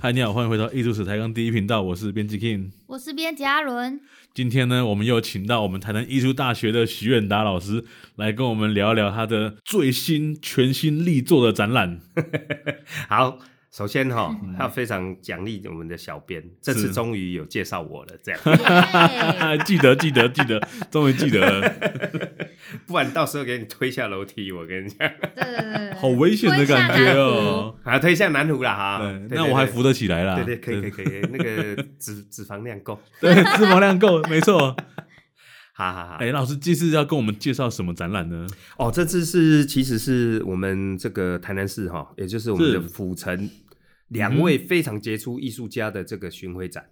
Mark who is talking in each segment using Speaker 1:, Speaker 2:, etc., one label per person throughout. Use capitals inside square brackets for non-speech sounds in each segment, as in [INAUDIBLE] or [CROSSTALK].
Speaker 1: 嗨，你好，欢迎回到艺术史台纲第一频道，我是编辑 King。
Speaker 2: 我是编辑
Speaker 1: [LAUGHS]
Speaker 2: 阿伦，
Speaker 1: 今天呢，我们又请到我们台南艺术大学的徐远达老师来跟我们聊聊他的最新、全新力作的展览。
Speaker 3: 好，首先哈、
Speaker 1: 嗯
Speaker 3: 要非常奖励我们的小编，这次终于有介绍我了，这样， [LAUGHS]
Speaker 2: 耶
Speaker 1: [LAUGHS] 记得，记得，记得，终于记得了，
Speaker 3: 不然到时候给你推下楼梯，我跟你讲，
Speaker 2: 对对对对，
Speaker 1: 好危险的感觉哦。
Speaker 3: 啊，推下南湖了哈
Speaker 1: 对，，
Speaker 3: 啊对
Speaker 1: 那我还扶。得啊起来啦。
Speaker 3: 对对对，可以可以可以，那个
Speaker 1: [LAUGHS]
Speaker 3: 脂脂肪量够，
Speaker 1: 对，对脂肪量够，没错。
Speaker 3: 好好好
Speaker 1: 哎，。老师，这次要跟我们介绍什么展览呢？
Speaker 3: 哦，这次是其实是我们这个台南市哈，也就是我们
Speaker 1: 是嗯
Speaker 3: 的府城两位非常杰出艺术家的这个巡回展，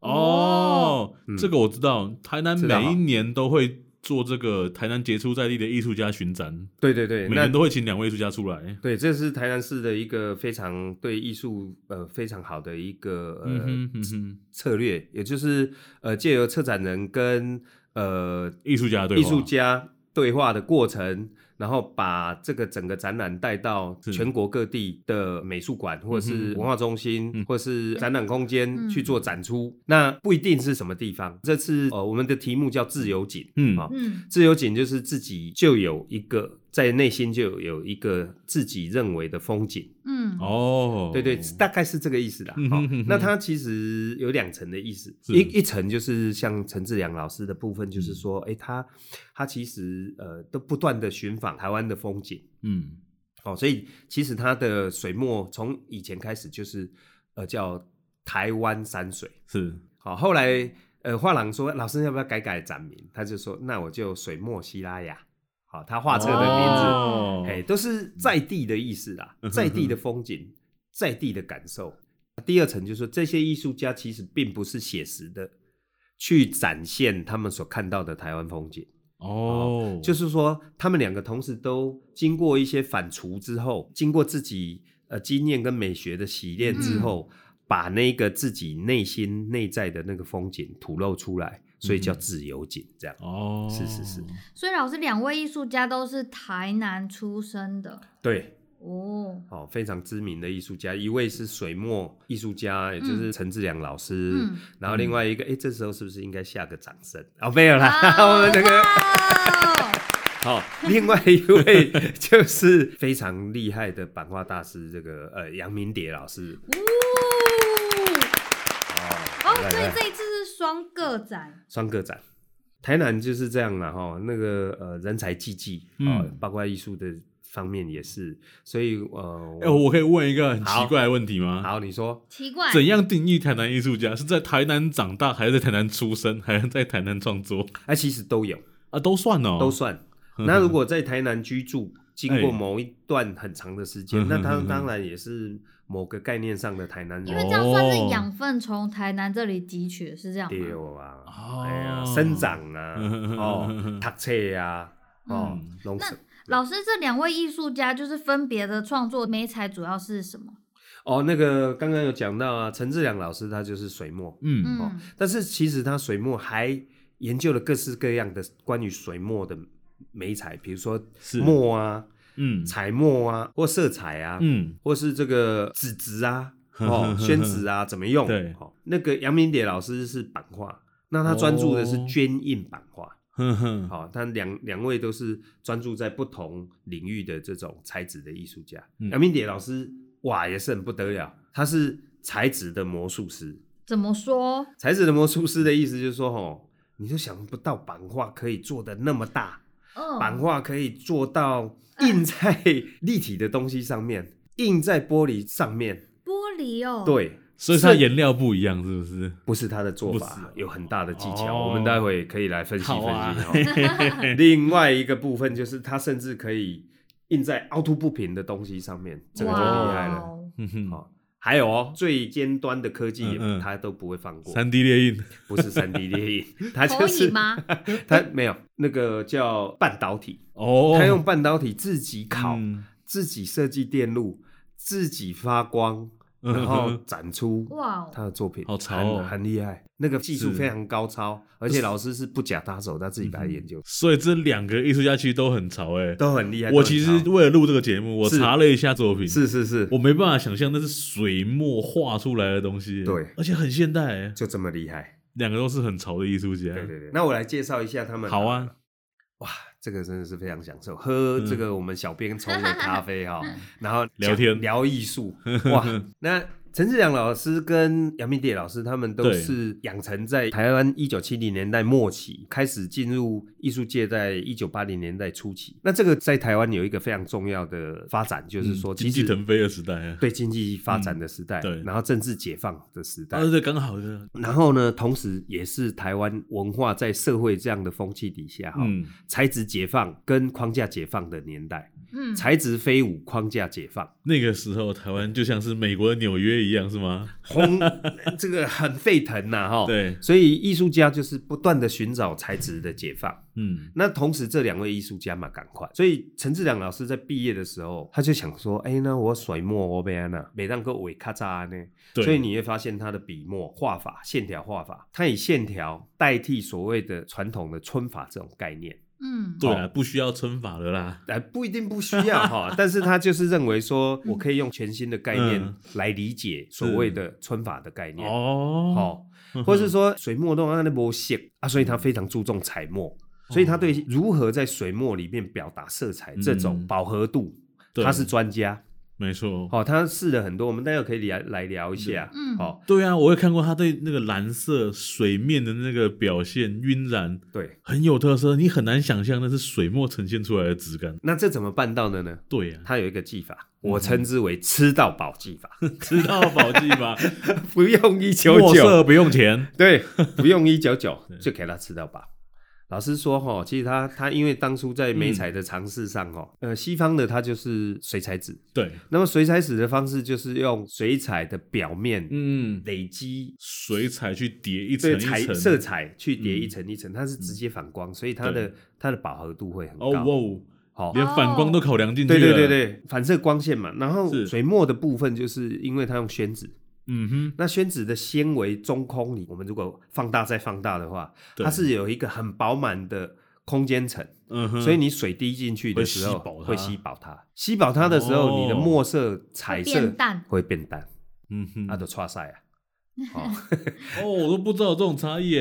Speaker 1: 哦，
Speaker 3: 嗯
Speaker 1: 这个我知道，台南
Speaker 3: 知道
Speaker 1: 每
Speaker 3: 哈
Speaker 1: 一年都会做这个台南杰出在地的艺术家巡展，
Speaker 3: 对对对，
Speaker 1: 每
Speaker 3: 那
Speaker 1: 年都会请两位艺术家出来。
Speaker 3: 对，这是台南市的一个非常对艺术呃非常好的一个呃、
Speaker 1: 嗯哼嗯哼，
Speaker 3: 策略，也就是呃借由策展人跟呃
Speaker 1: 艺术家对
Speaker 3: 艺
Speaker 1: 话
Speaker 3: 术家对话的过程，然后把这个整个展览带到
Speaker 1: 是
Speaker 3: 全国各地的美术馆或者
Speaker 1: 嗯
Speaker 3: 是
Speaker 1: 哼
Speaker 3: 文化中心、
Speaker 1: 嗯
Speaker 3: 或是展览空间
Speaker 2: 嗯
Speaker 3: 去做展出。那不一定是什么地方，这次呃我们的题目叫自由景，
Speaker 1: 嗯
Speaker 3: 啊、
Speaker 2: 嗯，
Speaker 3: 自由景就是自己就有一个在内心就有一个自己认为的风景。
Speaker 2: 嗯，
Speaker 1: 哦，
Speaker 3: 对对，大概是这个意思啦。
Speaker 1: 嗯
Speaker 3: 好
Speaker 1: 哼哼，
Speaker 3: 那
Speaker 1: 哼
Speaker 3: 它其实有两层的意思，
Speaker 1: 是嗯
Speaker 3: 一一层就是像陈志良老师的部分，就是说，哎、他他其实呃都不断的寻访台湾的风景，
Speaker 1: 嗯，
Speaker 3: 哦，所以其实他的水墨从以前开始就是呃叫台湾山水，
Speaker 1: 是
Speaker 3: 好、后来呃画廊说老师要不要改改展名，他就说那我就水墨西拉雅，好、他画册的名字。
Speaker 1: 哦
Speaker 3: 哎、都是在地的意思啦
Speaker 1: 嗯哼，
Speaker 3: 在地的风景，在地的感受。第二层就是说，这些艺术家其实并不是写实的去展现他们所看到的台湾风景，
Speaker 1: 哦，
Speaker 3: 就是是说，他们两个同时都经过一些反刍之后，经过自己呃经验跟美学的洗练之后，把那个自己内心内在的那个风景吐露出来，所以叫
Speaker 1: 嗯哼
Speaker 3: 自由景这样。
Speaker 1: 哦，
Speaker 3: 是是是
Speaker 2: 所以老师两位艺术家都是台南出生的
Speaker 3: 对，
Speaker 2: 哦，
Speaker 3: 哦，非常知名的艺术家，一位是水墨艺术家，也就是陈志良老师，
Speaker 1: [LAUGHS]
Speaker 2: 嗯
Speaker 3: 然后另外一个，哎、这时候是不是应该下个掌声？哦，没有啦， [LAUGHS] 我
Speaker 2: 哇
Speaker 3: 们这个
Speaker 2: 哦
Speaker 3: 好，另外一
Speaker 1: [LAUGHS]
Speaker 3: 位就是非常厉害的版画大师，这个呃杨明蝶老师，
Speaker 2: 哦，
Speaker 3: 来
Speaker 2: 所以
Speaker 3: 来
Speaker 2: 这一次是双个展，
Speaker 3: 双个展。台南就是这样了哈，那个呃人才济济啊，哦
Speaker 1: 嗯
Speaker 3: 包括艺术的方面也是，所以呃，
Speaker 1: 哎，我可以问一个很奇
Speaker 3: 好
Speaker 1: 怪的问题吗？
Speaker 3: 好，你说
Speaker 2: 奇怪，
Speaker 1: 怎样定义台南艺术家？是在台南长大，还是在台南出生，还是在台南创作
Speaker 3: 哎、其实都有，
Speaker 1: 啊？都算哦，
Speaker 3: 都算。那如果在台南居住，经过某一段很长的时间，
Speaker 1: 嗯
Speaker 3: 那他
Speaker 1: 嗯嗯嗯
Speaker 3: 当然也是某个概念上的台南
Speaker 2: 因为
Speaker 3: 人
Speaker 2: 这样算是养分从台南这里汲取，是这样吗？
Speaker 3: 丢啊，
Speaker 1: 哦哦
Speaker 3: 哎呀，生长啊，
Speaker 1: 嗯嗯嗯嗯嗯
Speaker 3: 哦
Speaker 1: 嗯，
Speaker 3: 读册啊，哦
Speaker 1: 嗯，
Speaker 3: 农
Speaker 2: 那
Speaker 3: 事
Speaker 2: 老师，这两位艺术家就是分别的创作媒材主要是什么？
Speaker 3: 哦，那个刚刚有讲到啊，陈志良老师他就是水墨，
Speaker 1: 嗯，
Speaker 2: 嗯，
Speaker 3: 但是其实他水墨还研究了各式各样的关于水墨的美彩，比如说
Speaker 1: 是
Speaker 3: 墨啊、
Speaker 1: 嗯
Speaker 3: 彩墨啊，或色彩啊，
Speaker 1: 嗯
Speaker 3: 或是这个纸
Speaker 1: [LAUGHS]
Speaker 3: 质啊，哦，宣纸啊，怎么用？
Speaker 1: 对
Speaker 3: 哦，那个杨明典老师是版画，那他专注的是
Speaker 1: 哦
Speaker 3: 绢印版画。
Speaker 1: 哼哼，
Speaker 3: 好、他两两位都是专注在不同领域的这种材质的艺术家。
Speaker 1: 嗯
Speaker 3: 杨明典老师哇，也是很不得了，他是材质的魔术师。
Speaker 2: 怎么说？
Speaker 3: 材质的魔术师的意思就是说，哦，你就想不到版画可以做的那么大，
Speaker 2: 嗯，
Speaker 3: 版画可以做到印在立体的东西上面，印在玻璃上面。
Speaker 2: 玻璃哦，，
Speaker 3: 对，
Speaker 1: 所以它颜料不一样，是不是？
Speaker 3: 不是他的做
Speaker 1: 不是哦
Speaker 3: 法有很大的技巧，
Speaker 1: 哦
Speaker 3: 我们待会可以来分析分析
Speaker 1: 好啊
Speaker 3: 哦。 [LAUGHS] 另外一个部分就是他甚至可以印在凹凸不平的东西上面，这个就
Speaker 2: 哦
Speaker 3: 厉害了。
Speaker 2: 了。
Speaker 1: 嗯哼，
Speaker 3: 哦，还有哦，最尖端的科技也
Speaker 1: 嗯嗯
Speaker 3: 他都不会放过，
Speaker 1: 三 D 列印
Speaker 3: 不是三 [LAUGHS] D 列印， [LAUGHS] 他
Speaker 2: 投
Speaker 3: 就
Speaker 2: 影
Speaker 3: 是 [LAUGHS]
Speaker 2: 吗？
Speaker 3: 他没有那个叫半导体，
Speaker 1: 哦，
Speaker 3: 他用半导体自己烤，
Speaker 1: 嗯
Speaker 3: 自己设计电路，自己发光，然后展出
Speaker 2: 哇哦
Speaker 3: 他的作品，
Speaker 1: 好潮
Speaker 3: 很
Speaker 1: 哦
Speaker 3: 很厉害，那个技术
Speaker 1: 是
Speaker 3: 非常高超，而且老师是不假他手，他自己把它研究，
Speaker 1: 嗯所以这两个艺术家其实都很潮哎、
Speaker 3: 都很厉害。
Speaker 1: 我
Speaker 3: 都很
Speaker 1: 其
Speaker 3: 潮
Speaker 1: 实为了录这个节目，我
Speaker 3: 是
Speaker 1: 查了一下作品，
Speaker 3: 是是是，
Speaker 1: 我没办法想象那是水墨画出来的东西、
Speaker 3: 对
Speaker 1: 而且很现代、欸，
Speaker 3: 就这么厉害。
Speaker 1: 两个都是很潮的艺术家。
Speaker 3: 对对对，那我来介绍一下他们。
Speaker 1: 好啊，
Speaker 3: 哇，这个真的是非常享受，喝这个我们小编冲的咖啡哈、然后
Speaker 1: 嗯聊
Speaker 3: 讲
Speaker 1: 天
Speaker 3: 聊艺术，哇，
Speaker 1: [LAUGHS]
Speaker 3: 那。陈志良老师跟杨明典老师，他们都
Speaker 1: 对
Speaker 3: 是养成在台湾一九七零年代末期开始进入艺术界，在一九八零年代初期。那这个在台湾有一个非常重要的发展，就是说，
Speaker 1: 嗯经
Speaker 3: 其
Speaker 1: 济
Speaker 3: 实
Speaker 1: 腾飞的时代啊，
Speaker 3: 对经济发展的时代，
Speaker 1: 嗯对
Speaker 3: 然后政治解放的时代，
Speaker 1: 啊，对，刚好的，
Speaker 3: 然后呢，同时也是台湾文化在社会这样的风气底下，哈、
Speaker 1: 嗯，
Speaker 3: 材质解放跟框架解放的年代，
Speaker 2: 嗯，
Speaker 3: 材质飞舞，框架解放，
Speaker 1: 那个时候台湾就像是美国的纽约一样，是吗？
Speaker 3: 轰， [LAUGHS] 这个很沸腾呐、哈。
Speaker 1: 对，
Speaker 3: 所以艺术家就是不断的寻找材质的解放。
Speaker 1: 嗯，
Speaker 3: 那同时，这两位艺术家嘛，赶快。所以陈志良老师在毕业的时候，他就想说：“哎、那我水墨我被安娜，啊每当个尾咔嚓呢。”
Speaker 1: 对，
Speaker 3: 所以你会发现他的笔墨画法、线条画法，他以线条代替所谓的传统的皴法这种概念。
Speaker 2: 嗯，
Speaker 1: 对啊，不需要春法了啦，
Speaker 3: 哎，不一定不需要
Speaker 1: [LAUGHS]
Speaker 3: 哈，但是他就是认为说，我可以用全新的概念
Speaker 1: 嗯
Speaker 3: 来理解所谓的皴法的概念，
Speaker 1: 哦，
Speaker 3: 好、或是说水墨动画那波线啊，所以他非常注重彩墨，
Speaker 1: 哦
Speaker 3: 所以他对如何在水墨里面表达色彩这种
Speaker 1: 嗯
Speaker 3: 饱和度，
Speaker 1: 对
Speaker 3: 他是专家。
Speaker 1: 没错，
Speaker 3: 好、他试了很多，我们待会可以来来聊一下。
Speaker 2: 嗯
Speaker 3: 好、
Speaker 1: 对啊，我也看过他对那个蓝色水面的那个表现晕染。
Speaker 3: 对，
Speaker 1: 很有特色，你很难想象那是水墨呈现出来的质感。
Speaker 3: 那这怎么办到的呢？
Speaker 1: 对啊，
Speaker 3: 他有一个技法，
Speaker 1: 嗯
Speaker 3: 我称之为吃到饱技法，
Speaker 1: [LAUGHS]
Speaker 3: [LAUGHS]
Speaker 1: 知道宝记吧？
Speaker 3: 不用一九
Speaker 1: 墨
Speaker 3: 九，
Speaker 1: 色不用填，
Speaker 3: [LAUGHS] 对，不用一
Speaker 1: [LAUGHS]
Speaker 3: 九九就给他吃到饱。老实说哈，其实他他因为当初在美彩的尝试上哦，呃，西方的它就是水彩纸，
Speaker 1: 对，
Speaker 3: 那么水彩纸的方式就是用水彩的表面
Speaker 1: 嗯，
Speaker 3: 累积
Speaker 1: 水彩去叠一层
Speaker 3: 对
Speaker 1: 一
Speaker 3: 彩
Speaker 1: 层
Speaker 3: 色彩去叠
Speaker 1: 嗯
Speaker 3: 一层一层，它是直接反光，所以它的
Speaker 1: 对
Speaker 3: 它的饱和度会很
Speaker 1: 哦哇
Speaker 3: 高。
Speaker 1: 哦，
Speaker 3: 好，
Speaker 1: 连反光都考量进去
Speaker 3: 对
Speaker 1: 了。
Speaker 3: 对对，对，反射光线嘛。然后
Speaker 1: 是
Speaker 3: 水墨的部分就是因为它用宣纸，
Speaker 1: 嗯哼，
Speaker 3: 那宣纸的纤维中空里，我们如果放大再放大的话，
Speaker 1: 对
Speaker 3: 它是有一个很饱满的空间层，
Speaker 1: 嗯哼，
Speaker 3: 所以你水滴进去的时
Speaker 1: 会吸
Speaker 3: 候
Speaker 1: 饱它
Speaker 3: 会吸饱它，吸饱它的时候，
Speaker 1: 哦
Speaker 3: 你的墨色彩
Speaker 2: 会
Speaker 3: 色
Speaker 2: 变淡，
Speaker 3: 会变淡，
Speaker 1: 嗯哼，
Speaker 3: 那就差
Speaker 2: [LAUGHS]
Speaker 3: 赛啊。
Speaker 1: [LAUGHS]
Speaker 3: 哦，
Speaker 1: 哦，我都不知道有这种差异耶。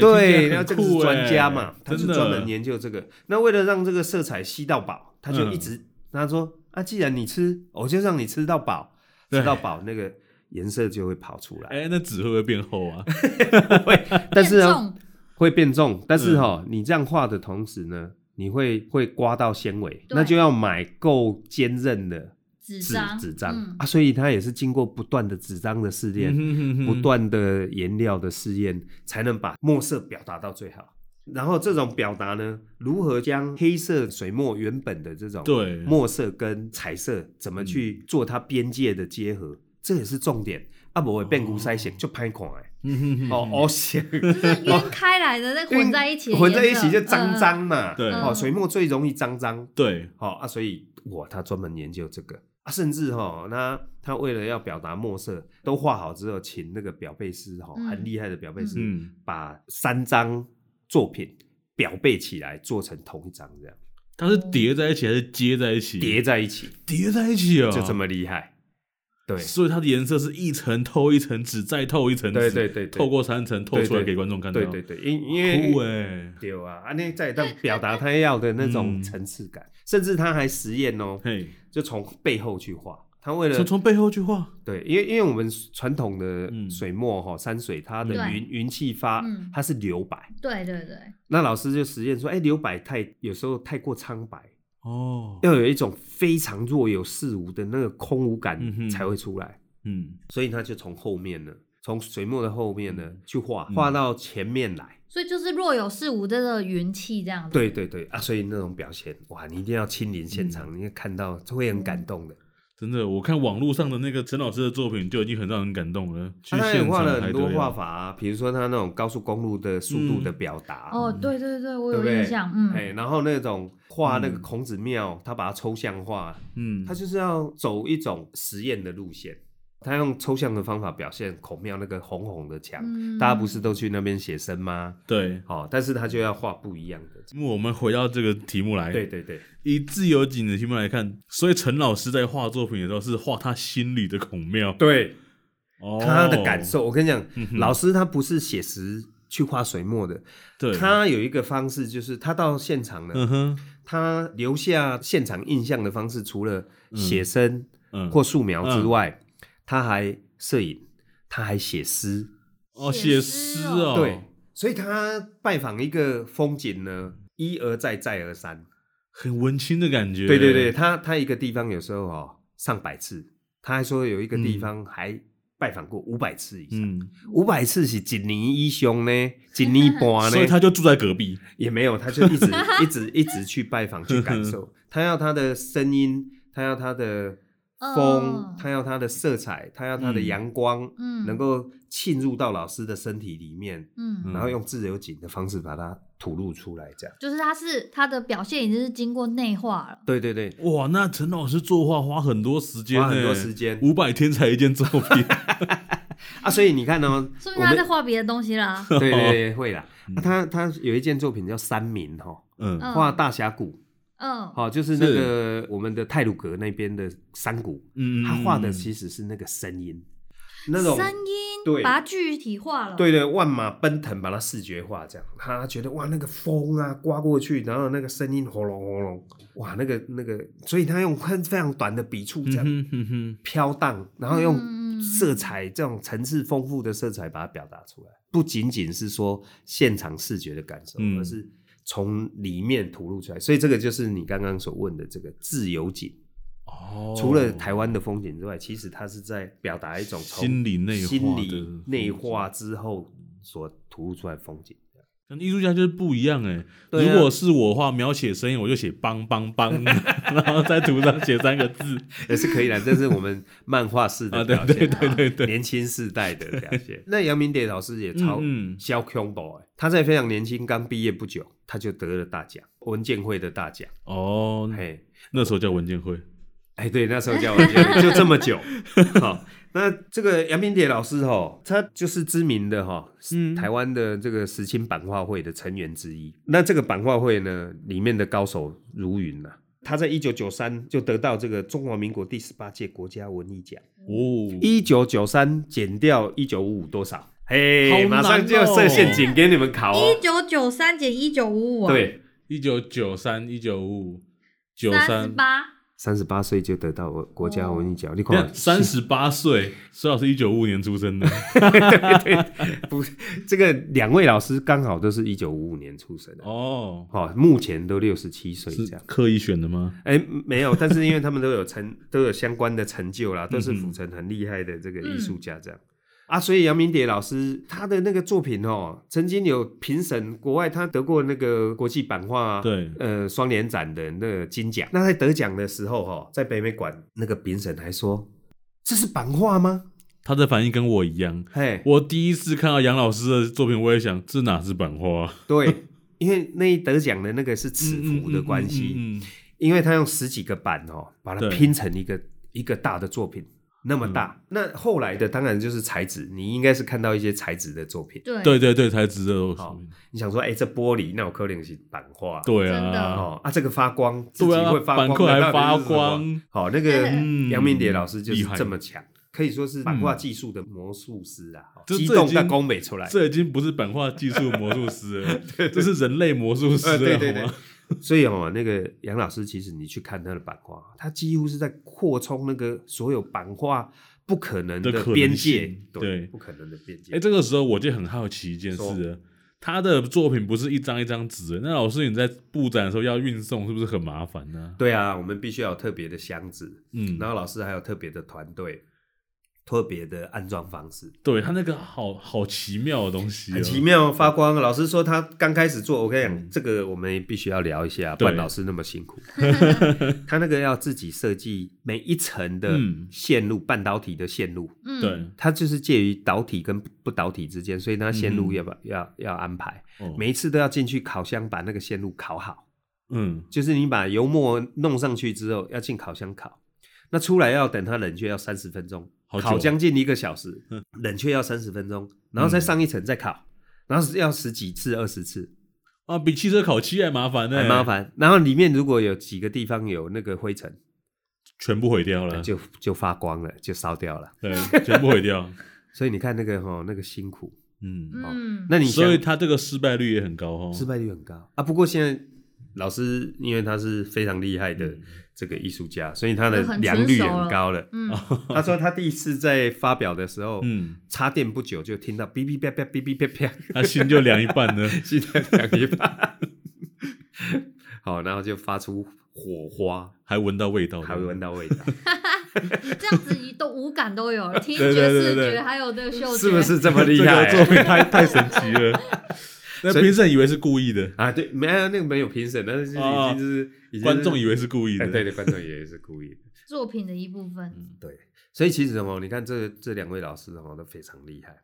Speaker 1: 听起来
Speaker 3: 对，那
Speaker 1: 很
Speaker 3: 这个是
Speaker 1: 酷耶欸哎
Speaker 3: 专家嘛，他是
Speaker 1: 真的
Speaker 3: 专门研究这个。那为了让这个色彩吸到饱，他就
Speaker 1: 嗯
Speaker 3: 一直、他说啊，既然你吃，我就让你吃到饱，
Speaker 1: 对
Speaker 3: 吃到饱那个颜色就会跑出来。
Speaker 1: 哎，那纸会不会变厚啊？
Speaker 3: 但是
Speaker 2: 变
Speaker 3: 呢，
Speaker 2: 重
Speaker 3: 会变重，但
Speaker 1: 嗯
Speaker 3: 是哈、你这样画的同时呢，你会会刮到纤维，
Speaker 2: 对
Speaker 3: 那就要买够坚韧的
Speaker 2: 纸
Speaker 3: 纸
Speaker 2: 张，
Speaker 3: 纸张、 [LAUGHS]
Speaker 2: 嗯
Speaker 3: 啊，所以它也是经过不断的纸张的试验。
Speaker 1: 嗯哼哼哼
Speaker 3: 不断的颜料的试验，才能把墨色表达到最好。然后这种表达呢，如何将黑色水墨原本的这种
Speaker 1: 对嗯
Speaker 3: 墨色跟彩色，怎么去做它边界的结合，这也是重点。啊，不会变古塞型就拍款哎，
Speaker 1: 哦嗯哼哼
Speaker 3: 哦哦型
Speaker 2: 就是晕开来的，那混在一
Speaker 3: [LAUGHS]
Speaker 2: 起的颜色，嗯
Speaker 3: 混在一起就脏脏嘛。
Speaker 1: 对
Speaker 3: 哦，水墨最容易脏脏。
Speaker 1: 对，
Speaker 3: 好、啊，所以哇，他专门研究这个啊，甚至哈、那他为了要表达墨色，都画好之后，请那个裱背师哈、
Speaker 2: 嗯
Speaker 3: 很厉害的裱背师，
Speaker 1: 嗯，
Speaker 3: 把三张作品裱背起来，做成同一张这样
Speaker 1: 它是叠在一起还是接在一起？
Speaker 3: 叠在一起，
Speaker 1: 叠在一起哦，
Speaker 3: 就这么厉害。对
Speaker 1: 所以它的颜色是一层透一层纸，再透一层纸，
Speaker 3: 对对对对
Speaker 1: 透过三层透出来
Speaker 3: 对对
Speaker 1: 给观众看到。
Speaker 3: 对对对，因因
Speaker 1: 酷
Speaker 3: 为
Speaker 1: 哎，
Speaker 3: 对啊，啊那再让表达他要的那种
Speaker 1: 嗯
Speaker 3: 层次感，甚至他还实验哦，
Speaker 1: 嘿，
Speaker 3: 就从背后去画。他为了
Speaker 1: 从从背后去画，
Speaker 3: 对，因为因为我们传统的
Speaker 1: 嗯
Speaker 3: 水墨哈、山水，它的
Speaker 2: 对
Speaker 3: 云云气发
Speaker 2: 嗯，
Speaker 3: 它是留白。
Speaker 2: 对对对，
Speaker 3: 那老师就实验说，哎、留白太有时候太过苍白，
Speaker 1: 哦，
Speaker 3: 要有一种非常若有似无的那个空无感
Speaker 1: 嗯哼
Speaker 3: 才会出来。
Speaker 1: 嗯，
Speaker 3: 所以他就从后面呢，从水墨的后面呢去画，
Speaker 1: 嗯
Speaker 3: 画到前面来。
Speaker 2: 所以就是若有似无的这个云气这样子，
Speaker 3: 对对对啊，所以那种表现，哇，你一定要亲临现场，
Speaker 1: 嗯
Speaker 3: 你会看到会很感动的。
Speaker 1: 真的，我看网络上的那个陈老师的作品就已经很让人感动了。去
Speaker 3: 啊他也
Speaker 1: 现
Speaker 3: 画
Speaker 1: 场
Speaker 3: 了
Speaker 1: 还
Speaker 3: 很
Speaker 1: 得
Speaker 3: 多画
Speaker 1: 了，
Speaker 3: 法、啊，比如说他那种高速公路的速度的表达，
Speaker 2: 哦，对对对，我
Speaker 3: 啊嗯对
Speaker 2: 有
Speaker 3: 不对
Speaker 2: 印象，嗯，
Speaker 3: 哎，然后那种画那个孔子庙，他把它抽象化，
Speaker 1: 嗯
Speaker 3: 他，就是要走一种实验的路线。他用抽象的方法表现孔庙那个红红的墙，
Speaker 2: 嗯
Speaker 3: 大家不是都去那边写生吗？
Speaker 1: 对，
Speaker 3: 哦，但是他就要画不一样的。
Speaker 1: 那么我们回到这个题目来，
Speaker 3: 对，对对，
Speaker 1: 以自由景的题目来看，所以陈老师在画作品的时候是画他心里的孔庙，
Speaker 3: 对
Speaker 1: 哦嗯
Speaker 3: 他的感，受，我跟你讲，
Speaker 1: 哼
Speaker 3: 老师他不是写实去画水墨的，
Speaker 1: 对，，
Speaker 3: 他有一个方式，就是他到现场呢，
Speaker 1: 嗯哼，
Speaker 3: 他留下现场印象的方式，除了写生
Speaker 1: 嗯，
Speaker 3: 或素描之外，他还摄影，他还写诗。
Speaker 1: 哦写
Speaker 2: 写诗
Speaker 1: 诗哦，
Speaker 2: 哦
Speaker 3: 对，所以他拜访一个风景呢，一而再，再而三。
Speaker 1: 很文青的感觉，
Speaker 3: 对对对，，他他一个地方有时候哦上百次，他还说有一个地方还拜访过五百次以上，
Speaker 1: 嗯，
Speaker 3: 五百、次是一年以上呢，一年半
Speaker 1: [LAUGHS] 所以
Speaker 3: 呢，
Speaker 1: 他就住在隔壁，
Speaker 3: 也没有，他就一直一直一直去拜访去感受，他要他的声音，他要他的。风
Speaker 2: 哦，
Speaker 3: 他要它的色彩，他要它的
Speaker 1: 嗯
Speaker 3: 阳光，
Speaker 2: 嗯
Speaker 3: 能够侵入到老师的身体里面，
Speaker 2: 嗯，
Speaker 3: 然后用自由景的方式把它吐露出来，这样。
Speaker 2: 就是他是他的表现已经是经过内化了，
Speaker 3: 对对对，
Speaker 1: 哇，那陈老师作画花很多时间呢，
Speaker 3: 花很多时间
Speaker 1: 五百天才一件作 [LAUGHS] 品，
Speaker 3: 啊，所以你看哦，
Speaker 2: 说
Speaker 3: 我
Speaker 2: 明他在
Speaker 3: 们
Speaker 2: 画别的东西
Speaker 3: [LAUGHS]
Speaker 2: 啦。
Speaker 3: 对对对会啦。啊他他有一件作品叫《山民》哈，
Speaker 1: 嗯，
Speaker 3: 画大峡谷，
Speaker 2: 嗯，
Speaker 3: 好，就是那个我们的泰鲁格那边的山谷，
Speaker 1: 嗯
Speaker 3: 他画的其实是那个声音，那种
Speaker 2: 声音，
Speaker 3: 对
Speaker 2: 把它具体化了。
Speaker 3: 对对，万马奔腾，把它视觉化，这样他觉得哇，那个风啊刮过去，然后那个声音轰隆轰隆，哇，那个那个，所以他用很非常短的笔触这
Speaker 1: 嗯
Speaker 3: 样
Speaker 1: 哼哼哼，
Speaker 3: 飘荡，然后用
Speaker 2: 嗯，嗯嗯
Speaker 3: 色彩这种层次丰富的色彩把它表达出来，不仅仅是说现场视觉的感受，
Speaker 1: 嗯
Speaker 3: 而是从里面吐露出来。所以这个就是你刚刚所问的这个自由景。
Speaker 1: 哦，
Speaker 3: 除了台湾的风景之外，其实它是在表达一种从
Speaker 1: 心理内化的
Speaker 3: 心理内化之后所吐露出来的风景。
Speaker 1: 跟艺术家就是不一样哎、
Speaker 3: 对啊
Speaker 1: 如果是我的话，描写声音我就写梆梆
Speaker 3: [LAUGHS]
Speaker 1: 梆，然后在图上写三个字。
Speaker 3: 也是可以的，这是我们漫画式
Speaker 1: [LAUGHS]
Speaker 3: 的
Speaker 1: 啊对
Speaker 3: 表现，
Speaker 1: 对对对对
Speaker 3: 年轻世代的表
Speaker 1: [LAUGHS]
Speaker 3: 现。那杨明典老师也超
Speaker 1: 嗯嗯
Speaker 3: 肖 combo，哎他在非常年轻，刚毕业不久，他就得了大奖，文建会的大奖。
Speaker 1: 哦，
Speaker 3: 嘿，
Speaker 1: 那时候叫文件会。
Speaker 3: 哎，对，那时候叫文建会，就这么久。好，那这个杨明典老师哦，他就是知名的哈、
Speaker 1: 嗯
Speaker 3: 台湾的这个石青版画会的成员之一。那这个版画会呢，里面的高手如云呐、他在一九九三就得到这个中华民国第十八届国家文艺奖。
Speaker 1: 哦，
Speaker 3: 一九九三减掉一九五五多少？嘿、
Speaker 1: 好难哦
Speaker 3: 马上就要设陷阱给你们考哦
Speaker 2: 一。九九三减一九五啊五，，
Speaker 3: 对，
Speaker 1: 一九九三一九五五九
Speaker 2: 三十
Speaker 1: 三，
Speaker 2: 八，
Speaker 3: 三十八岁就得到我国家文艺奖，你看
Speaker 1: 三十八岁，石老师一九五年出生的。
Speaker 3: [LAUGHS] 这个两位老师刚好都是一九五五年出生的， [LAUGHS]
Speaker 1: 哦，
Speaker 3: 哦，目前都六十七岁
Speaker 1: 是
Speaker 3: 这样。
Speaker 1: 刻意选的吗？
Speaker 3: 哎、没有，但是因为他们都有成 [LAUGHS] 都有相关的成就
Speaker 1: 嗯
Speaker 3: 啦，都是府城很厉害的这个艺术家这样。啊，所以杨明蝶老师他的那个作品哦，曾经有评审国外，他得过那个国际版画
Speaker 1: 对
Speaker 3: 呃双年展的那个金奖。那在得奖的时候哦，在北美馆那个评审还说这是版画吗？
Speaker 1: 他的反应跟我一样。
Speaker 3: 嘿，
Speaker 1: 我第一次看到杨老师的作品，我也想，这哪是版
Speaker 3: [LAUGHS]
Speaker 1: 画？
Speaker 3: 对，因为那一得奖的那个是尺幅的关系，
Speaker 1: 嗯嗯嗯嗯嗯
Speaker 3: 因为他用十几个版哦，把它
Speaker 1: 对嗯
Speaker 3: 拼成一个一个大的作品，那么大。那后来的当然就是材质，你应该是看到一些材质的作品，
Speaker 2: 对
Speaker 1: 嗯对对对，才值得我说
Speaker 3: 好你想说，哎、这玻璃那有可能是版画，
Speaker 1: 对
Speaker 2: 真的
Speaker 1: 啊，
Speaker 3: 哦啊，这个发光，自己
Speaker 1: 对啊
Speaker 3: 会发光，
Speaker 1: 板块还
Speaker 3: 那到底是
Speaker 1: 发光
Speaker 3: 什么，好、那个
Speaker 1: 嗯
Speaker 3: 杨明蝶老师就是
Speaker 1: 厉害嗯
Speaker 3: 这么强。可以说是版画技术的魔术师啊，哦
Speaker 1: 这
Speaker 3: 激
Speaker 1: 这已
Speaker 3: 动
Speaker 1: 经
Speaker 3: 但攻美出来，
Speaker 1: 这已经不是版画技术魔术师
Speaker 3: [LAUGHS]
Speaker 1: 了，这是人类魔术师了，
Speaker 3: 呃，对
Speaker 1: 好
Speaker 3: 对对
Speaker 1: 吗？，
Speaker 3: 所以哦，那个杨老师，其实你去看他的版画，他几乎是在扩充那个所有版画不可能
Speaker 1: 的
Speaker 3: 的
Speaker 1: 可能
Speaker 3: 边界
Speaker 1: 性，对
Speaker 3: 不可能的边界。
Speaker 1: 哎，这个时候我就很好奇一件
Speaker 3: 说
Speaker 1: 事了，他的作品不是一张一张纸，那老师你在布展的时候要运送，是不是很麻烦呢？
Speaker 3: 对啊，我们必须要有特别的箱子，
Speaker 1: 嗯，
Speaker 3: 然后老师还有特别的团队，特别的安装方式，
Speaker 1: 对他那个好好奇妙的东西，哦
Speaker 3: 很奇。妙。哦发光老师说他刚开始做，我跟你讲，这个我们必须要聊一下，不然
Speaker 1: 嗯对
Speaker 3: 老师那么辛
Speaker 1: [LAUGHS]
Speaker 3: 苦。他那个要自己设计每一层的
Speaker 1: 嗯
Speaker 3: 线路，半导体的线路。
Speaker 2: 嗯，
Speaker 1: 对，
Speaker 3: 它就是介于导体跟不导体之间，所以它线
Speaker 1: 嗯
Speaker 3: 路
Speaker 1: 哼
Speaker 3: 要把、要要安排，
Speaker 1: 哦
Speaker 3: 每一次都要进去烤箱把那个线路烤好，
Speaker 1: 嗯，
Speaker 3: 就是你把油墨弄上去之后要进烤箱烤，那出来要等它冷却要三十分钟，
Speaker 1: 好久嗯
Speaker 3: 烤将近一个小时，冷却要三十分钟，然后再上一层再烤，然后要十几次、二十次，
Speaker 1: 啊，比汽车烤漆还麻烦呢、欸
Speaker 3: 很麻，烦。然后里面如果有几个地方有那个灰尘，
Speaker 1: 全部毁掉了，
Speaker 3: 就就发光了，就烧掉了。
Speaker 1: 对，全部毁
Speaker 3: [LAUGHS]
Speaker 1: 掉。
Speaker 3: 所以你看那个哈，那个辛苦。
Speaker 1: 嗯，
Speaker 2: 嗯，
Speaker 3: 那你想
Speaker 1: 所以它这个失败率也很高哦。
Speaker 3: 失败率很高啊。不过现在老师因为他是非常厉害
Speaker 1: 嗯
Speaker 3: 的这个艺术家，所以他的
Speaker 2: 就很
Speaker 3: 良率
Speaker 2: 成熟
Speaker 3: 很高了。
Speaker 2: 嗯，
Speaker 1: 哦
Speaker 3: 他说他第一次在发表的时候，
Speaker 1: 嗯，
Speaker 3: 插电不久就听到哔哔啪啪哔哔啪啪，
Speaker 1: 他心就凉一半呢。
Speaker 3: 现在两一半。 [LAUGHS] 好，然后就发出火花，
Speaker 1: 还闻到味道，
Speaker 3: [LAUGHS] 还会闻。到味道，
Speaker 2: [LAUGHS] 这样子一都五感都
Speaker 1: [LAUGHS]
Speaker 2: 有了，听
Speaker 1: 对对
Speaker 2: 觉、
Speaker 1: 对
Speaker 2: 视
Speaker 1: 对
Speaker 2: 觉还有那个嗅觉，
Speaker 3: 是不？是这么厉
Speaker 1: 这个
Speaker 3: 害？
Speaker 1: 作品太太神奇
Speaker 3: [LAUGHS]
Speaker 1: 了，那
Speaker 3: 所以
Speaker 1: 评审以为是故意的，
Speaker 3: 啊，对，没有那个没有评审，但是已
Speaker 1: 哦
Speaker 3: 经就是已经是
Speaker 1: 观众以为是故意的
Speaker 3: 哎。对对，观众以为是故意的。
Speaker 2: 作品的一部
Speaker 1: 嗯
Speaker 2: 分。
Speaker 3: 对，所以其实哦，你看这这两位老师哦都非常厉害，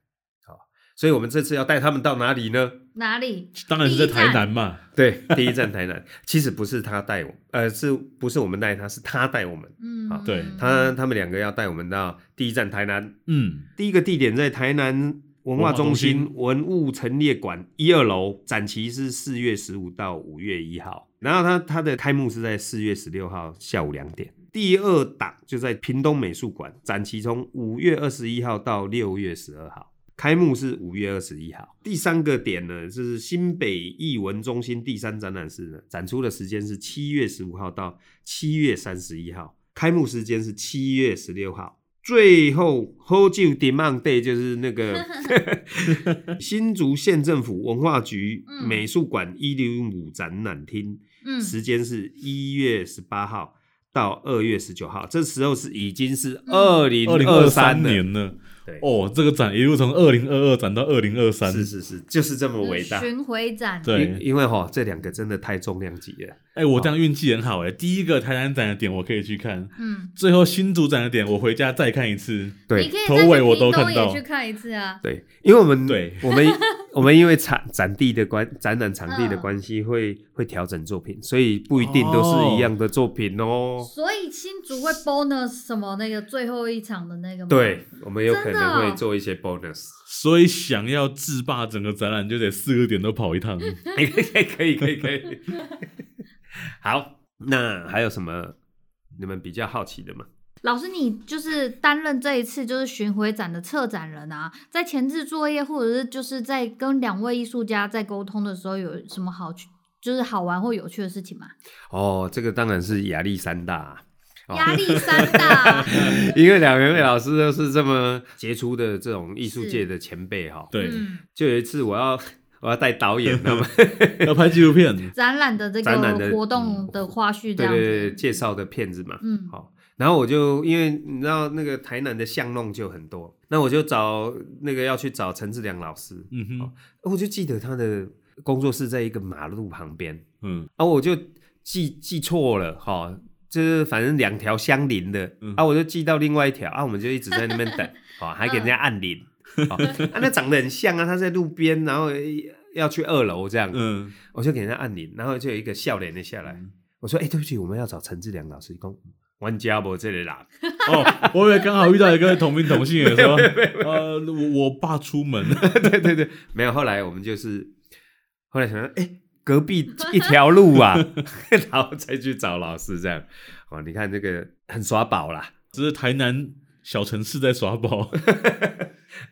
Speaker 3: 好，所以我们这次要带他们到哪里呢？
Speaker 2: 哪里？
Speaker 1: 当然是在台南嘛。
Speaker 3: 对，第一站台南，其实不是他带我，呃，是不是我们带他，是他带我们，
Speaker 2: 嗯
Speaker 3: 好，
Speaker 1: 对
Speaker 3: 他他们两个要带我们到第一站台南，
Speaker 1: 嗯，
Speaker 3: 第一个地点在台南文化中
Speaker 1: 文化
Speaker 3: 心文物陈列馆一二楼，展期是四月十五到五月一号，然后它它的开幕是在四月十六号下午两点。第二档就在屏东美术馆，展期从五月二十一号到六月十二号，开幕是五月二十一号。第三个点呢，就是新北艺文中心第三展览室呢，展出的时间是七月十五号到七月三十一号，开幕时间是七月十六号。最后 Hold you demand day 就是那
Speaker 2: [LAUGHS]
Speaker 3: 个新竹县政府文化局
Speaker 2: 嗯
Speaker 3: 美术馆一零五展览厅，
Speaker 2: 嗯，
Speaker 3: 时间是一月十八号到二月十九号，这时候是已经
Speaker 2: 嗯
Speaker 3: 是二零
Speaker 1: 二零
Speaker 3: 二
Speaker 1: 二
Speaker 3: 三
Speaker 1: 三
Speaker 3: 年，
Speaker 1: 年了，
Speaker 3: 对，
Speaker 1: 哦，这个展一路从二零二二展到二零二三，
Speaker 3: 是是是，就是这么
Speaker 2: 就是
Speaker 3: 伟大。
Speaker 2: 巡回展，
Speaker 3: 因
Speaker 1: 对。
Speaker 3: 因为哈，这两个真的太重量级了，
Speaker 1: 哎，我这样运气很好哎，第一个台南展的点我可以去看，
Speaker 2: 嗯，
Speaker 1: 最后新竹展的点我回家再看一次。
Speaker 2: 你
Speaker 3: 对
Speaker 2: 可以
Speaker 1: 头
Speaker 2: 再去
Speaker 1: 尾我
Speaker 2: 屏
Speaker 1: 都看
Speaker 2: 东
Speaker 1: 到
Speaker 2: 也去看一次啊。
Speaker 3: 对，因为我们
Speaker 1: 对
Speaker 2: [LAUGHS]
Speaker 3: 我们我们因为场展地的关展览场地的
Speaker 2: 嗯
Speaker 3: 关系，会会调整作品，所以不一定都是一样的作品哦
Speaker 2: 所以新竹会 bonus 什么那个最后一场的那个吗？
Speaker 3: 对，我们有
Speaker 2: 真
Speaker 3: 可
Speaker 2: 的
Speaker 3: 能会
Speaker 2: 哦
Speaker 3: 做一些 bonus。 [LAUGHS]
Speaker 1: 所以想要制霸整个展览，就得四个点都跑一
Speaker 3: [LAUGHS]
Speaker 1: 趟。
Speaker 3: 可以可以可以可以。
Speaker 2: [LAUGHS]
Speaker 3: 可以 [LAUGHS] 好，那还有什么你们比较好奇的吗？
Speaker 2: 老师，你就是担任这一次就是巡回展的策展人啊，在前置作业或者是就是在跟两位艺术家在沟通的时候，有什么好就是好玩或有趣的事情吗？
Speaker 3: 哦，这个当然是亚历山大啊、 [LAUGHS] 哦
Speaker 2: 压力山
Speaker 3: [LAUGHS]
Speaker 2: 大，啊
Speaker 3: 因为两位老师都是这么杰出的这种艺术界的前辈哈、
Speaker 1: 对，
Speaker 2: 嗯，
Speaker 3: 就有一次我要 [LAUGHS] 我要带导演他们，
Speaker 1: 要拍纪录片，
Speaker 2: 展览的这
Speaker 3: 展览的嗯
Speaker 2: 个活动的花絮 [LAUGHS] 这
Speaker 3: 对
Speaker 2: 样
Speaker 3: 对对
Speaker 2: 子，
Speaker 3: 介绍哦的片子嘛，
Speaker 2: 嗯
Speaker 3: 好、然后我就因为你知道那个台南的巷弄就很多，那我就找那个要去找陈志良老师，
Speaker 1: 嗯哼
Speaker 3: 哦，我就记得他的工作室在一个马路旁边，
Speaker 1: 嗯，
Speaker 3: 啊，我就记记错了哈、就是反正两条相邻的，
Speaker 1: 嗯
Speaker 3: 啊，我就记到另外一条，啊，我们就一直在那边等， [LAUGHS] 啊、还给人家按铃，哦啊，那长得很像啊，他在路边，然后呃要去二楼这样，
Speaker 1: 嗯，
Speaker 3: 我就给人家按铃，然后就有一个笑脸的下来，我说，哎、对不起，我们要找陈志良老师，讲玩家不这里啦，
Speaker 1: 哦，我以为刚好遇到一个同名同
Speaker 3: [LAUGHS]
Speaker 1: 姓的说，呃，我我爸出门， [LAUGHS]
Speaker 3: 对对对，没有，后来我们就是后来想说，哎、隔壁一条路啊，然后再去找老师这样，哦，你看这个很耍宝啦。
Speaker 1: 只是台南小城市在耍宝。 [LAUGHS]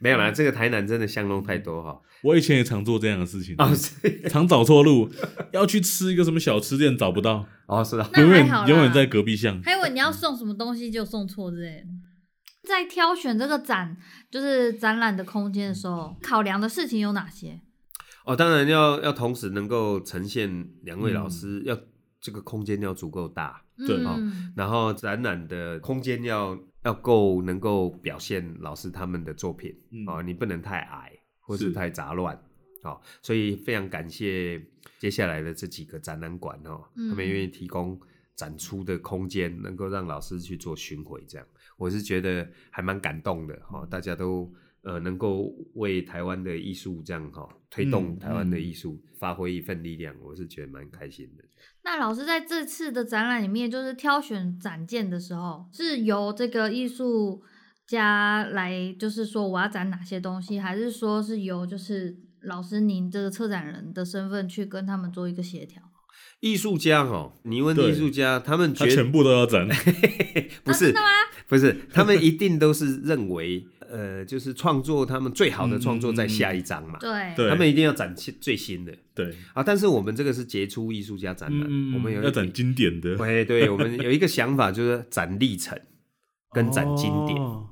Speaker 3: 没有啦，这个台南真的香浓太多哈、
Speaker 1: 我以前也常做这样的事情，
Speaker 3: 哦。是
Speaker 1: 常找错路，要去吃一个什么小吃店找不到，
Speaker 3: 哦，是的，
Speaker 2: 那
Speaker 1: 永远
Speaker 2: 还好啦
Speaker 1: 永远在隔壁巷。
Speaker 2: 还有你要送什么东西就送错之类的。在挑选这个展，就是展览的空间的时候，考量的事情有哪些？
Speaker 3: 哦，当然要要同时能够呈现两位老师，要这个空间要足够大，
Speaker 1: 对
Speaker 3: 哦
Speaker 2: 嗯，
Speaker 3: 然后展览的空间要要够能够表现老师他们的作品、
Speaker 1: 嗯
Speaker 3: 哦，你不能太矮或是
Speaker 1: 是
Speaker 3: 太杂乱。哦，所以非常感谢接下来的这几个展览馆哦，
Speaker 2: 嗯
Speaker 3: 他们愿意提供展出的空间，能够让老师去做巡回，这样我是觉得还蛮感动的哦。大家都呃能够为台湾的艺术这样哈、哦、推动
Speaker 1: 嗯
Speaker 3: 台湾的
Speaker 1: 嗯
Speaker 3: 艺术发挥一份力量，我是觉得蛮开心的。
Speaker 2: 那老师在这次的展览里面，就是挑选展件的时候，是由这个艺术家来，就是说我要展哪些东西，还是说是由就是老师您这个策展人的身份去跟他们做一个协调？
Speaker 3: 艺术家哈，你问
Speaker 1: 对
Speaker 3: 艺术家，他们
Speaker 1: 他
Speaker 3: 觉
Speaker 1: 全部都要展，
Speaker 3: 不
Speaker 2: 啊、
Speaker 3: 是
Speaker 2: 真的吗？
Speaker 3: 不是，他们一定都是认为，呃，就是创作他们最好的创作在下一章嘛，
Speaker 2: 对
Speaker 1: 对
Speaker 3: 他们一定要展现最新的
Speaker 1: 对，
Speaker 3: 啊。但是我们这个是杰出艺术家展览，
Speaker 1: 嗯，
Speaker 3: [LAUGHS] 我们有一
Speaker 1: 要展经典的，
Speaker 3: 对对，我们有一个想法就是展历程跟展经典。
Speaker 1: 哦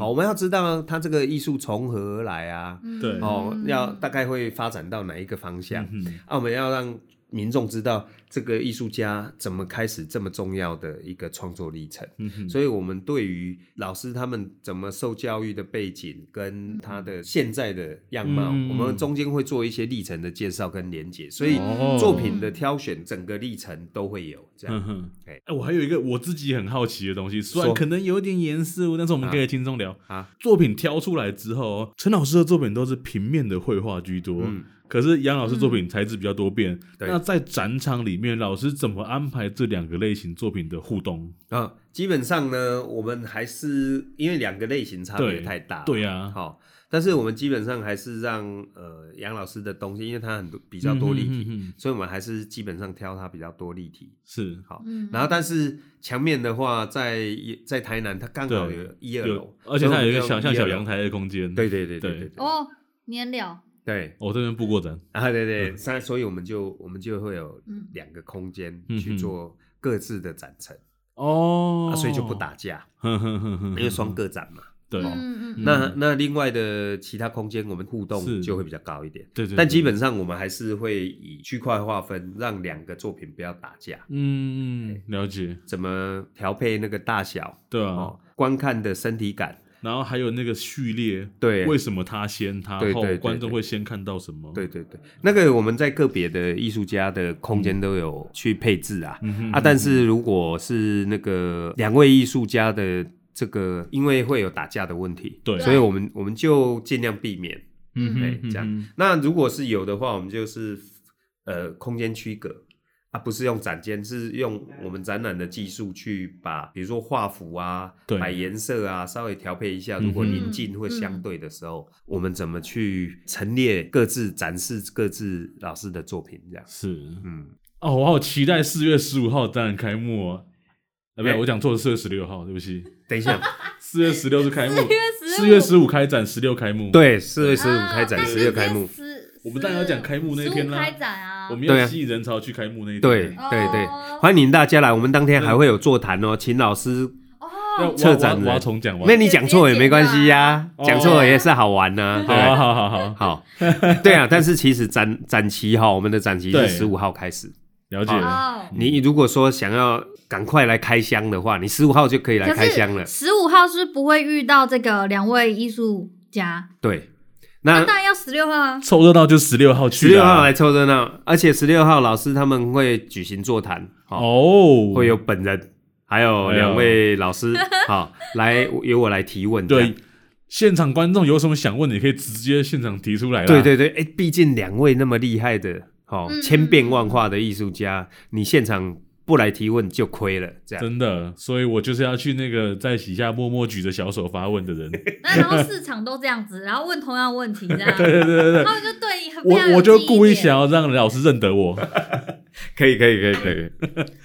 Speaker 3: 好，我们要知道它这个艺术从何而来啊，
Speaker 2: 嗯
Speaker 1: 对
Speaker 3: 哦，要大概会发展到哪一个方向？
Speaker 1: 嗯哼
Speaker 3: 啊，我们要让民众知道这个艺术家怎么开始这么重要的一个创作历程。
Speaker 1: 嗯哼，
Speaker 3: 所以，我们对于老师他们怎么受教育的背景跟他的现在的样貌，
Speaker 1: 嗯
Speaker 3: 我们中间会做一些历程的介绍跟连接，所以
Speaker 1: 哦
Speaker 3: 作品的挑选整个历程都会有这样。
Speaker 1: 嗯哼，
Speaker 3: 哎
Speaker 1: 哎，我还有一个我自己很好奇的东西，虽然
Speaker 3: 说
Speaker 1: 可能有一点严肃，但是我们可以轻松聊。
Speaker 3: 啊，
Speaker 1: 作品挑出来之后哦，陈老师的作品都是平面的绘画居多，
Speaker 3: 嗯
Speaker 1: 可是杨老师作品材质比较多变。
Speaker 3: 对
Speaker 1: 那在展场里面，老师怎么安排这两个类型作品的互动？
Speaker 3: 啊，基本上呢，我们还是因为两个类型差别
Speaker 1: 对
Speaker 3: 太大，
Speaker 1: 对啊，
Speaker 3: 好、但是我们基本上还是让呃杨老师的东西，因为他很多比较多立体，
Speaker 1: 嗯哼嗯哼
Speaker 3: 所以我们还是基本上挑他比较多立体。
Speaker 1: 是
Speaker 3: 好，
Speaker 2: 嗯
Speaker 3: 然后但是墙面的话在，在台南，它刚好
Speaker 1: 对
Speaker 3: 有一二楼
Speaker 1: 有，，而且它有一个小
Speaker 3: 所
Speaker 1: 像
Speaker 3: 以我
Speaker 1: 小
Speaker 3: 们就用一二楼
Speaker 1: 阳。台的空间。
Speaker 3: 啊对对对对
Speaker 1: 对
Speaker 3: 对对
Speaker 2: 哦，年了，
Speaker 3: 对
Speaker 1: 我、这边布过展，
Speaker 3: 啊对对，所以所以我们就我们就会有
Speaker 2: 嗯
Speaker 3: 两个空间
Speaker 1: 嗯
Speaker 3: 去
Speaker 1: 哼
Speaker 3: 做各自的展陈，
Speaker 1: 哦嗯
Speaker 3: 啊，所以就不，打架，
Speaker 1: 哼哼哼哼，
Speaker 3: 因为双个展嘛。
Speaker 1: 对、
Speaker 2: 嗯嗯嗯，
Speaker 3: 那那另外的其他空间，我们互
Speaker 1: 是
Speaker 3: 动就会比较高一点。
Speaker 1: 对对，
Speaker 3: 但
Speaker 1: 对
Speaker 3: 基本上我们还是会以区块划分，让两个作品不要打架。
Speaker 1: 嗯嗯了解，
Speaker 3: 怎么调配那个大小
Speaker 1: 对啊、
Speaker 3: 哦，观看的身体感，
Speaker 1: 然后还有那个序列，
Speaker 3: 对
Speaker 1: 为什么他先他后，
Speaker 3: 对对对
Speaker 1: 观众
Speaker 3: 对
Speaker 1: 会先看到什么？
Speaker 3: 对对对，那个我们在个别的艺术家的空间都有去配置啊、
Speaker 1: 嗯哼
Speaker 3: 啊，但是如果是那个两位艺术家的这个，因为会有打架的问题，
Speaker 1: 对
Speaker 3: 所以我们我们就尽量避免。
Speaker 1: 嗯哼
Speaker 3: 啊哎
Speaker 1: 嗯哼
Speaker 3: 这样那如果是有的话，我们就是呃空间区隔啊，不是用展间，是用我们展览的技术去把，比如说画幅啊、
Speaker 1: 对
Speaker 3: 摆颜色啊，稍微调配一下。
Speaker 1: 嗯哼嗯
Speaker 3: 如果临近或相对的时候，我们怎么去陈列各自展示各自老师的作品，这样。
Speaker 1: 是
Speaker 3: 嗯，
Speaker 1: 哦，我好期待四月十五号展览开幕哦。啊，不对，
Speaker 3: 哎
Speaker 1: 我讲错了，四月十六号，对不起，
Speaker 3: 等
Speaker 1: [LAUGHS]
Speaker 3: 一下，
Speaker 1: 四月十六是开幕，
Speaker 2: 4
Speaker 1: [LAUGHS] 四
Speaker 2: 月15
Speaker 1: 月十五开展，十六开幕。，
Speaker 3: 对，四月
Speaker 2: 啊
Speaker 3: 十五开展，十月开幕，，
Speaker 1: 我们当然要讲开幕那天啦
Speaker 2: 15开展啊，
Speaker 1: 我们
Speaker 3: 对
Speaker 1: 要
Speaker 3: 啊
Speaker 1: 吸引人潮去开幕那一天。
Speaker 3: 对
Speaker 1: 对
Speaker 3: 对对
Speaker 2: 哦，
Speaker 3: 欢迎大家来。我们当天还会有座谈
Speaker 1: 嗯
Speaker 3: 哦，请老师，
Speaker 1: 我
Speaker 2: 哦
Speaker 1: 要，
Speaker 3: 策展人
Speaker 1: 我要我要重讲完
Speaker 3: 那。你讲错也没关系呀、
Speaker 1: 哦
Speaker 3: 讲错也是好玩呐、
Speaker 1: 好
Speaker 3: 对不对
Speaker 1: 啊好好好，
Speaker 3: 好，对啊，但是其实展展期哈，我们的展期
Speaker 1: 对
Speaker 3: 是十五号开始。
Speaker 1: 了解。
Speaker 2: 哦，
Speaker 3: 你如果说想要赶快来开箱的话，你十五号就可以来
Speaker 2: 可
Speaker 3: 开箱了
Speaker 2: 是。十五号是不会遇到这个两位艺术家，
Speaker 3: 对，
Speaker 2: 那
Speaker 3: 那
Speaker 2: 当然要十六号啊，
Speaker 1: 凑热闹就十六号
Speaker 3: 十
Speaker 1: 去啦。
Speaker 3: 六号来凑热闹，而且十六号老师他们会举行座谈，好、
Speaker 1: 哦，
Speaker 3: 会有本人，还有
Speaker 1: 哎呦
Speaker 3: 两位老 [LAUGHS] 师，好、来由我来提问。这样
Speaker 1: 对现场观众有什么想问的，你可以直接现场提出来啦。
Speaker 3: 对对对，哎、毕竟两位那么厉害的，好、
Speaker 2: 嗯
Speaker 3: 千变万化的艺术家，你现场不来提问就亏了，这样。
Speaker 1: 真的，所以我就是要去那个在底下默默举着小手发问的
Speaker 3: [LAUGHS]
Speaker 1: 人。
Speaker 2: 那然后市场都这样子，然后问同样问题这样，
Speaker 1: [LAUGHS] 对对对对对，
Speaker 2: 他们就对你很非常
Speaker 1: 我
Speaker 2: 有
Speaker 1: 我就
Speaker 2: 记忆
Speaker 1: 故意
Speaker 2: 点
Speaker 1: 想要让老师认得我。
Speaker 3: 可以可以可以可以，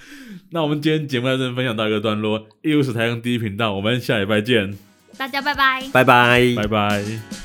Speaker 1: [LAUGHS] 那我们今天节目到这边分享到一个段落，艺术史台上第一频道，我们下礼拜见，
Speaker 2: 大家拜拜。
Speaker 3: 拜拜
Speaker 1: 拜拜。